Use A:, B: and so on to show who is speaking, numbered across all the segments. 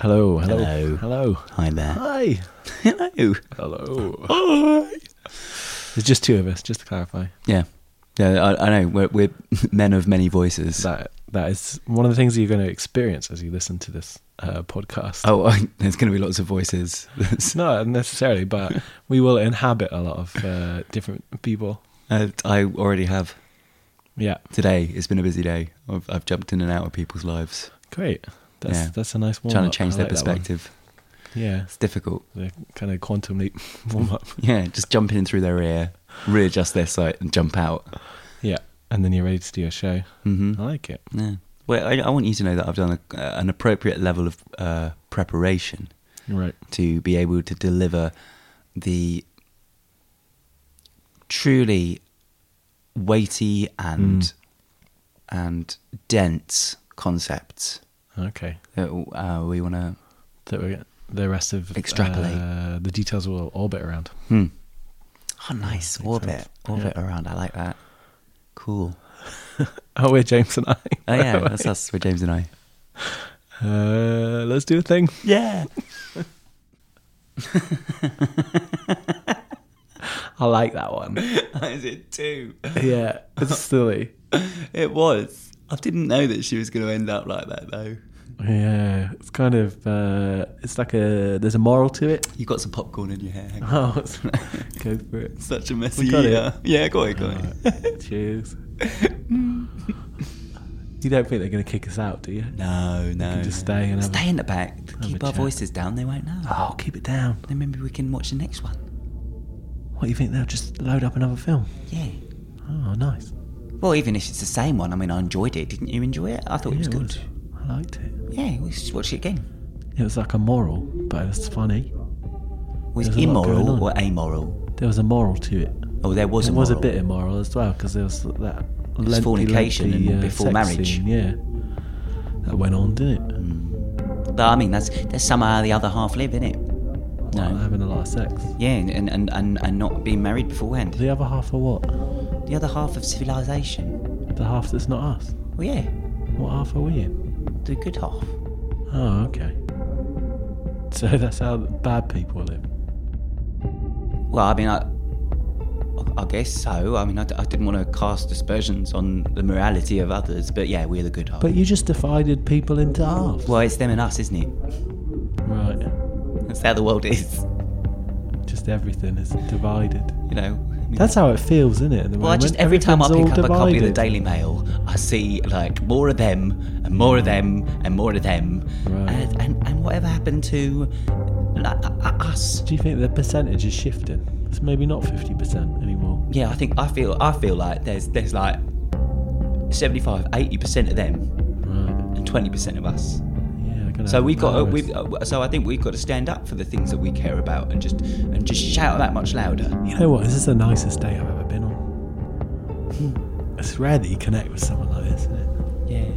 A: Hello, hello,
B: Hello.
A: hello.
B: Hi there.
A: Hi.
B: Hello.
A: Hello.
B: Hi.
A: There's just two of us, just to clarify.
B: Yeah. Yeah, I, I know. We're, we're men of many voices.
A: That that is one of the things that you're going to experience as you listen to this uh, podcast.
B: oh, there's going to be lots of voices. That's-
A: Not necessarily, but we will inhabit a lot of uh, different people.
B: uh, I already have.
A: Yeah,
B: Today, it's been a busy day. I've, I've jumped in and out of people's lives,
A: great. That's
B: Yeah.
A: that's a nice warm
B: trying
A: up.
B: to change
A: I
B: their
A: like that one.
B: perspective.
A: Yeah,
B: It's difficult.
A: the kind of quantum leap warm up.
B: Yeah, just jump in through their ear, readjust their sight, and jump out.
A: Yeah, and then you're ready to do a show. I
B: hmm
A: like it.
B: Yeah. Well, I, I want you to know that I've done a, uh, an appropriate level of uh, preparation
A: Right.
B: to be able to deliver the truly weighty and
A: Mm.
B: and dense concepts
A: Okay.
B: that uh, we want to.
A: That we the rest of
B: Extrapolate.
A: Uh, the details will orbit around.
B: Hmm. Oh, nice
A: Makes
B: orbit,
A: sense.
B: orbit around. I like that. Cool.
A: Oh, we're James and I.
B: Oh yeah, that's us. We're James and I.
A: Uh, let's do a thing.
B: Yeah.
A: I like that one.
B: Is it too?
A: Yeah, it's silly.
B: It was. I didn't know that she was going to end up like that, though.
A: Yeah, it's kind of uh, it's like a there's a moral to it.
B: You got some popcorn in your hair. Hang on.
A: Oh, it's- go for it.
B: Such a messy
A: got it.
B: year. Yeah, go on, go on.
A: Alright, cheers. you don't think they're going to kick us out, do you?
B: No, no.
A: just
B: no.
A: stay and have a-
B: stay in the back. Keep
A: a
B: our
A: chat.
B: voices down. They won't know.
A: Oh, keep it down.
B: Then maybe we can watch the next one.
A: What do you think? They'll just load up another film.
B: Yeah.
A: Oh, nice.
B: Well, even if it's the same one, I mean, I enjoyed it. Didn't you enjoy it? I thought it was
A: Yeah, it
B: good.
A: was. I liked it.
B: Yeah, we should watch it again.
A: It was like a moral, but it was funny.
B: Was
A: There's
B: it
A: a lot going on.
B: immoral or amoral?
A: There was a moral to it.
B: Oh, there was
A: It
B: a
A: was a
B: moral.
A: bit immoral as well because there was that
B: was
A: lengthy,
B: fornication
A: lengthy,
B: and
A: uh,
B: before
A: sex
B: marriage.
A: scene, yeah, that went on, didn't it?
B: But I mean, that's that's somehow the other half live, isn't it?
A: Like
B: No.
A: having a lot of sex.
B: Yeah, and, and, and, and not being married beforehand.
A: The other half of what?
B: The other half of civilization.
A: The half that's not us.
B: Well, yeah,
A: What half are we in?
B: the good half.
A: Oh, okay. So that's how the bad people live.
B: Well, I mean, I, I guess so. I mean, I, d- I didn't want to cast aspersions on the morality of others, but yeah, we're the good half.
A: But you just divided people into halves.
B: well, it's them and us, isn't it?
A: Right.
B: That's how the world is,
A: Just everything is divided.
B: you know. I mean,
A: That's how it feels, isn't it? at the
B: well, I just
A: moment?
B: every time I pick
A: Everything's
B: up
A: all
B: a copy of the
A: divided.
B: Daily Mail, I see like more of them and more of them and more of them,
A: Right.
B: and, and and whatever happened to like, uh, uh, us?
A: Do you think the percentage is shifting? It's maybe not 50% anymore.
B: Yeah, I think I feel I feel like there's there's like 75, 80 percent of them
A: Right.
B: and twenty percent of us.
A: Yeah, they're gonna
B: So
A: have
B: we've got,
A: virus.
B: we've, uh, so I think we've got to stand up for the things that we care about and just and just shout that much louder.
A: You know what? This is the nicest day I've ever been on. It's rare that you connect with someone like this, isn't it?
B: Yeah,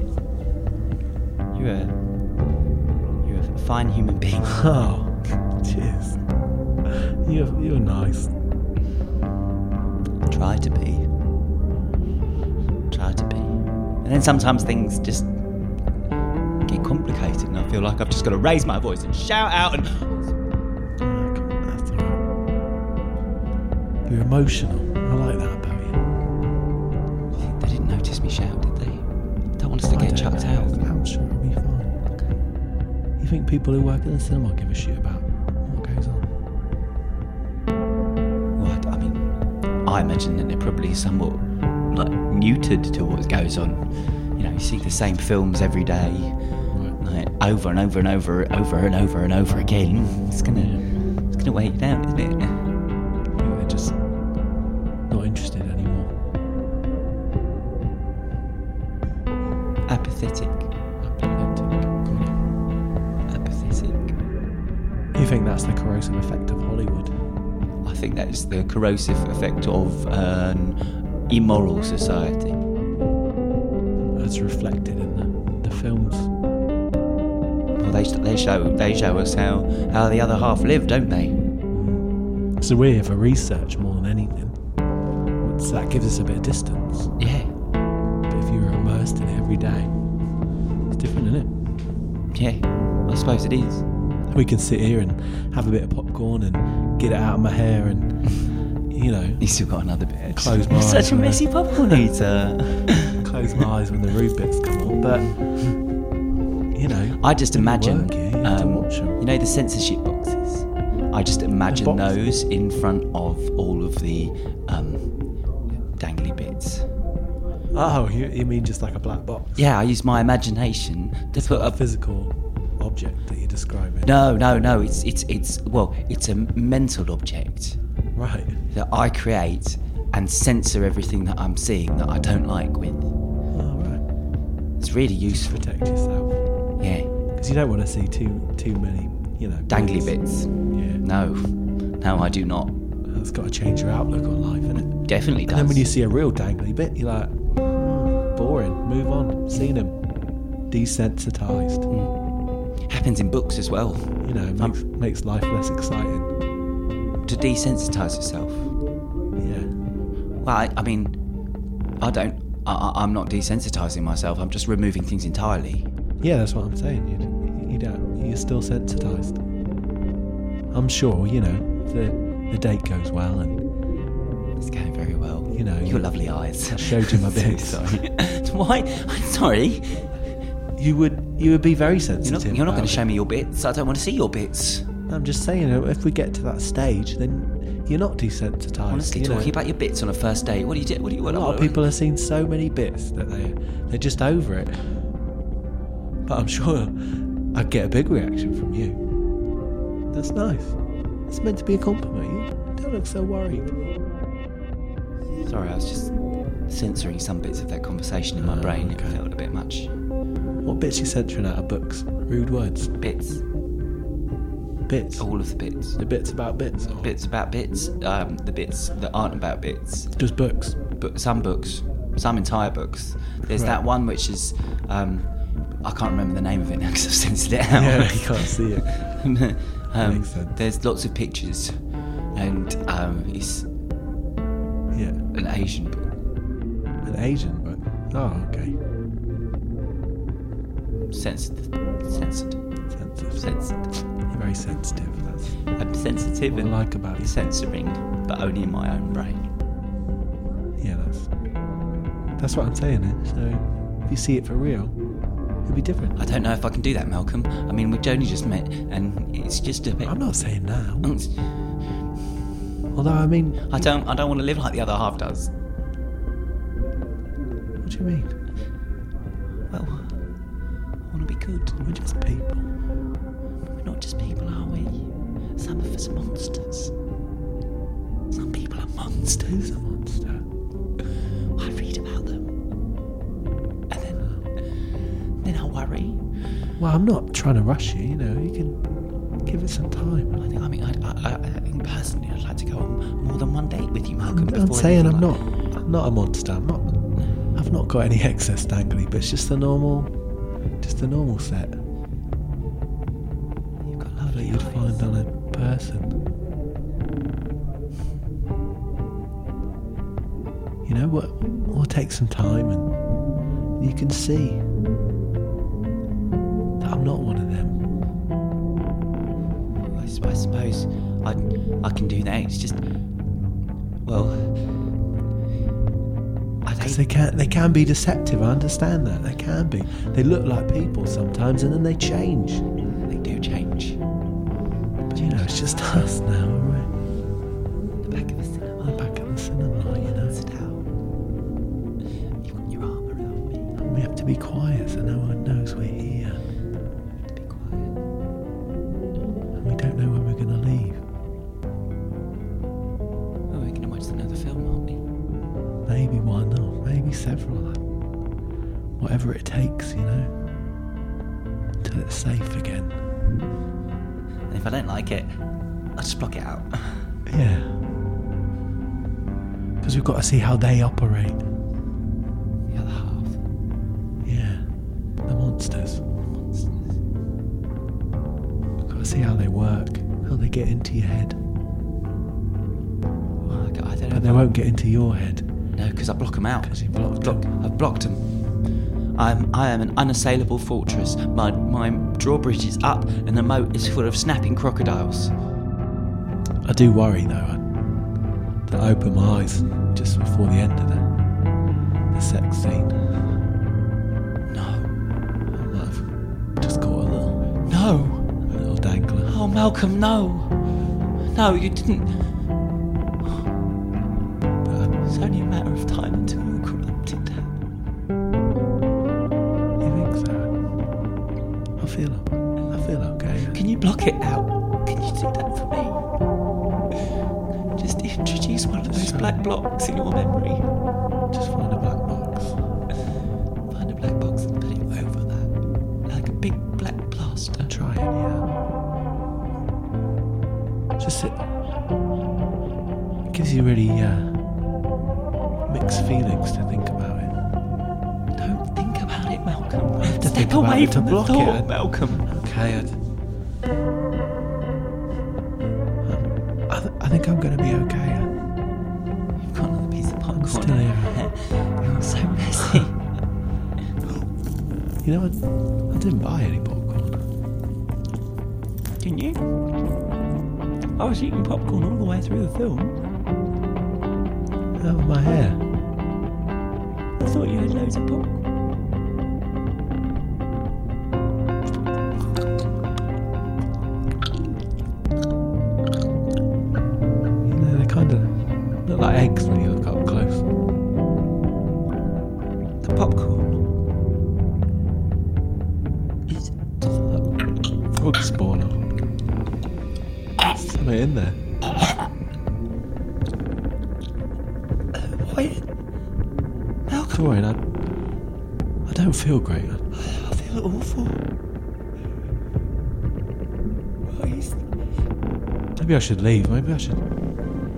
B: you're a you're a fine human being.
A: Oh, cheers. You're, you're nice. Oh,
B: Try to be. Try to be. And then sometimes things just get complicated, and I feel like I've just got to raise my voice and shout out and
A: Oh, come on, that's all right. You're emotional. I like that about you.
B: they didn't notice me shout, did they? Don't want us to
A: I
B: get
A: don't
B: chucked
A: know.
B: out.
A: I'm sure it'll be fine.
B: Okay.
A: You think people who work in the cinema give a shit about what goes on?
B: Well, I- I mean, I imagine that they're probably somewhat like neutered to what goes on. You know, you see the same films every day, like over and over and over, over and over and over again. It's gonna, it's gonna weigh you down, isn't it?
A: They're just not interested anymore.
B: Apathetic, apathetic.
A: You think that's the corrosive effect of Hollywood?
B: I think that is the corrosive effect of an immoral society.
A: That's reflected in the, the films.
B: Well, they, they show, they show us how, how the other half live, don't they?
A: So we're here for research more than anything. So that gives us a bit of distance.
B: Yeah,
A: But if you were immersed in it every day, it's different, isn't
B: yeah. I suppose it is.
A: We can sit here and have a bit of popcorn and get it out of my hair and, you know,
B: He's still got another bit.
A: Close my
B: Such
A: eyes
B: a
A: when I-
B: messy popcorn eater.
A: close my eyes when the rude bits come on. But, you know,
B: I just imagine,
A: work, yeah, you have to
B: um,
A: watch 'em.
B: you know, the censorship boxes. I just imagine
A: boxes.
B: those in front of all of the um, dangly bits.
A: oh, you, you mean just like a black box?
B: Yeah, I use my imagination to put
A: A
B: up.
A: physical object that you're describing.
B: No, no, no. It's it's it's well, it's a mental object
A: Right.
B: that I create and censor everything that I'm seeing that I don't like with.
A: All right.
B: It's really
A: Just
B: useful.
A: protect yourself.
B: Yeah,
A: Because you don't want to see too too many, you know,
B: dangly
A: bits.
B: bits.
A: Yeah.
B: No, no, I do not.
A: That's got to change your outlook on life, isn't it?
B: Definitely
A: And then when you
B: does.
A: see a real dangly bit, you're like, "Hmm, boring, move on, seen him. Desensitized.
B: Happens in books as well.
A: You know,
B: Um,
A: makes, makes life less exciting.
B: to desensitize yourself.
A: Yeah.
B: Well, I, I mean, I don't. I- I, I'm not desensitizing myself. I'm just removing things entirely.
A: Yeah, that's what I'm saying. You, you don't, you're still sensitized. I'm sure, you know, the, the date goes well and
B: It's going very well.
A: You know,
B: your lovely eyes.
A: I showed you my
B: So
A: bits.
B: sorry. Why? I'm sorry.
A: you would you would be very
B: You're
A: sensitive.
B: not. You're not going
A: about
B: to show me your bits. I don't want to see your bits.
A: it. I'm just saying, if we get to that stage, then you're not desensitized.
B: Honestly,
A: you know.
B: talking about your bits on a first date. What do you do? What do you? What,
A: A lot of people have seen so many bits that they they're just over it. But I'm sure I'd get a big reaction from you. That's nice. It's meant to be a compliment. You don't look so worried.
B: Sorry, I was just censoring some bits of that conversation in my
A: Oh,
B: brain.
A: okay.
B: It felt a bit much.
A: What bits you censoring out of books? Rude words.
B: Bits.
A: Bits.
B: All of the bits.
A: The bits about bits. Or
B: Bits about bits. Um, the bits that aren't about bits.
A: Just books.
B: but some books, some entire books. There's
A: Right.
B: that one which is, um, I can't remember the name of it now because I've censored it out.
A: Yeah, you can't see it.
B: um,
A: Makes sense.
B: there's lots of pictures, and um, it's
A: Yeah.
B: an Asian book
A: An Asian book. Oh, okay.
B: censored, censored,
A: Sensitive.
B: censored.
A: You're very sensitive. That's
B: I'm sensitive
A: what I
B: and
A: like about you.
B: censoring, but only in my own brain.
A: Yeah, that's that's what I'm saying. eh? So if you see it for real, it'll be different.
B: I don't know if I can do that, Malcolm. I mean, we've only just met, and it's just a bit.
A: I'm not saying now. Although I mean,
B: I don't. I don't want to live like the other half does.
A: what do you mean?
B: Well, I want to be good.
A: We're just people.
B: We're not just people, are we? Some of us are monsters. Some people are
A: Who's
B: monsters.
A: a monster?
B: I read about them. And then, then I worry.
A: Well, I'm not trying to rush you. You know, you can give it some time.
B: I think, I mean, I, I, I- I think personally, I'd like to go on more than one date with you, Malcolm.
A: I'm,
B: before
A: I'm saying I'm
B: anything
A: not.
B: like-
A: I'm not a monster. I'm not. I've not got any excess dangly, but it's just a normal, just a normal set
B: You've got
A: that
B: lovely
A: you'd
B: eyes.
A: find on a person. You know what? We'll take some time and you can see that I'm not one of them.
B: I, s- I suppose I, I can do that. It's just, well, I
A: Because
B: think
A: they can they can be deceptive. I understand that they can be. They look like people sometimes, and then they change.
B: they do change.
A: But you know, it's just us now. We're
B: The back of a cinema.
A: back at the cinema, you know.
B: Sit down. You've got your arm around me.
A: And we have to be quiet so no one knows we're here,
B: Be quiet.
A: and we don't know when we're going to leave.
B: Oh, we're gonna watch another film, aren't we?
A: Maybe one or maybe several. Whatever it takes, you know, until it's safe again.
B: And if I don't like it, I'll just block it out.
A: Yeah. Because we've got to see how they operate.
B: The other half.
A: Yeah. The monsters.
B: Monsters.
A: We've got to see how they work, how they get into your head.
B: Oh, I don't know.
A: But they won't get into your head.
B: No, because I block them out.
A: 'Cause you blocked
B: block.
A: 'em.
B: I've blocked them. I'm, I am an unassailable fortress. My, my drawbridge is up and the moat is full of snapping crocodiles.
A: I do worry though I, that I open my eyes just before the end of the, the sex scene.
B: No.
A: I might have just caught a little,
B: No.
A: a little dangler.
B: Oh, Malcolm, no. No, you didn't.
A: But uh, I-
B: It's only a matter of time until you're corrupted.
A: you think so? I feel, I feel okay.
B: Can you block it out? Can you do that for me? Just introduce one of those
A: Sure.
B: black blocks in your memory.
A: Just find a black box.
B: Find a black box and put it over that. Like a big black plaster.
A: Try it, yeah. Just sit. It gives you really uh, mixed feelings to think about it.
B: Don't think about it, Malcolm.
A: have to
B: Step
A: think about
B: away
A: it to
B: from the
A: block it.
B: thought, Malcolm.
A: Okay. I'd, I, th- I think I'm going to be okay.
B: You've got another piece of popcorn.
A: still here.
B: You're so messy.
A: You know, I, I didn't buy any popcorn.
B: Didn't you? I was eating popcorn all the way through the film.
A: Out of my hair.
B: I thought you had loads of popcorn.
A: You know, they kind of look like eggs when you look up close.
B: The popcorn is
A: Frog spawn. Something in there.
B: Wait,
A: It's all right. I, I don't feel great. I,
B: I feel awful. Oh, he's-
A: maybe I should leave. Maybe I should.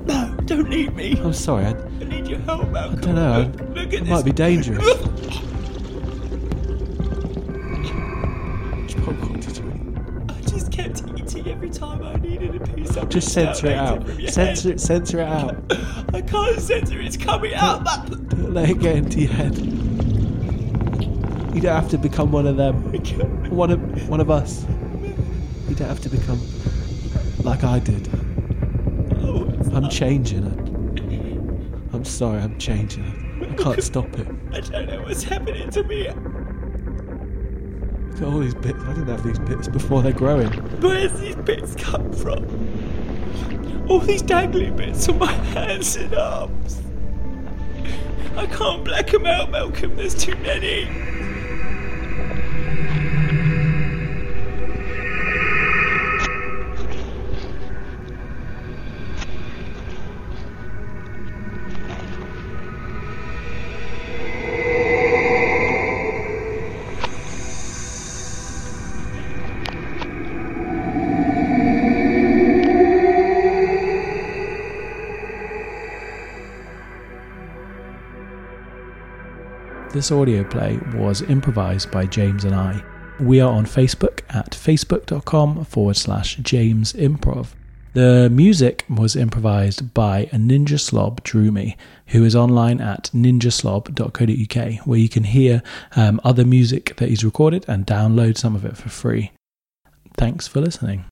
B: No, don't leave me.
A: I'm sorry. I,
B: I need your help, Malcolm.
A: I don't know.
B: Look, look at
A: it
B: this.
A: might be dangerous. Which popcorn did you eat?
B: I just kept eating every time I needed a piece. I
A: Just censor it out. Censor it. Censor it out.
B: I can't censor it. It's coming out. Malcolm.
A: Don't let it get into your head. You don't have to become one of them. One of one of us. You don't have to become like I did.
B: Oh,
A: I'm changing it. I'm sorry, I'm changing it. I can't stop it.
B: I don't know what's happening to me.
A: Look at all these bits. I didn't have these bits before they're growing.
B: Where's these bits come from? All these dangly bits on my hands and arms. I can't black them out, Malcolm. There's too many.
C: This audio play was improvised by James and I. We are on Facebook at facebook.com forward slash James Improv. The music was improvised by a Ninja Slob Droomy, who is online at ninjaslob.co.uk, where you can hear um, other music that he's recorded and download some of it for free. Thanks for listening.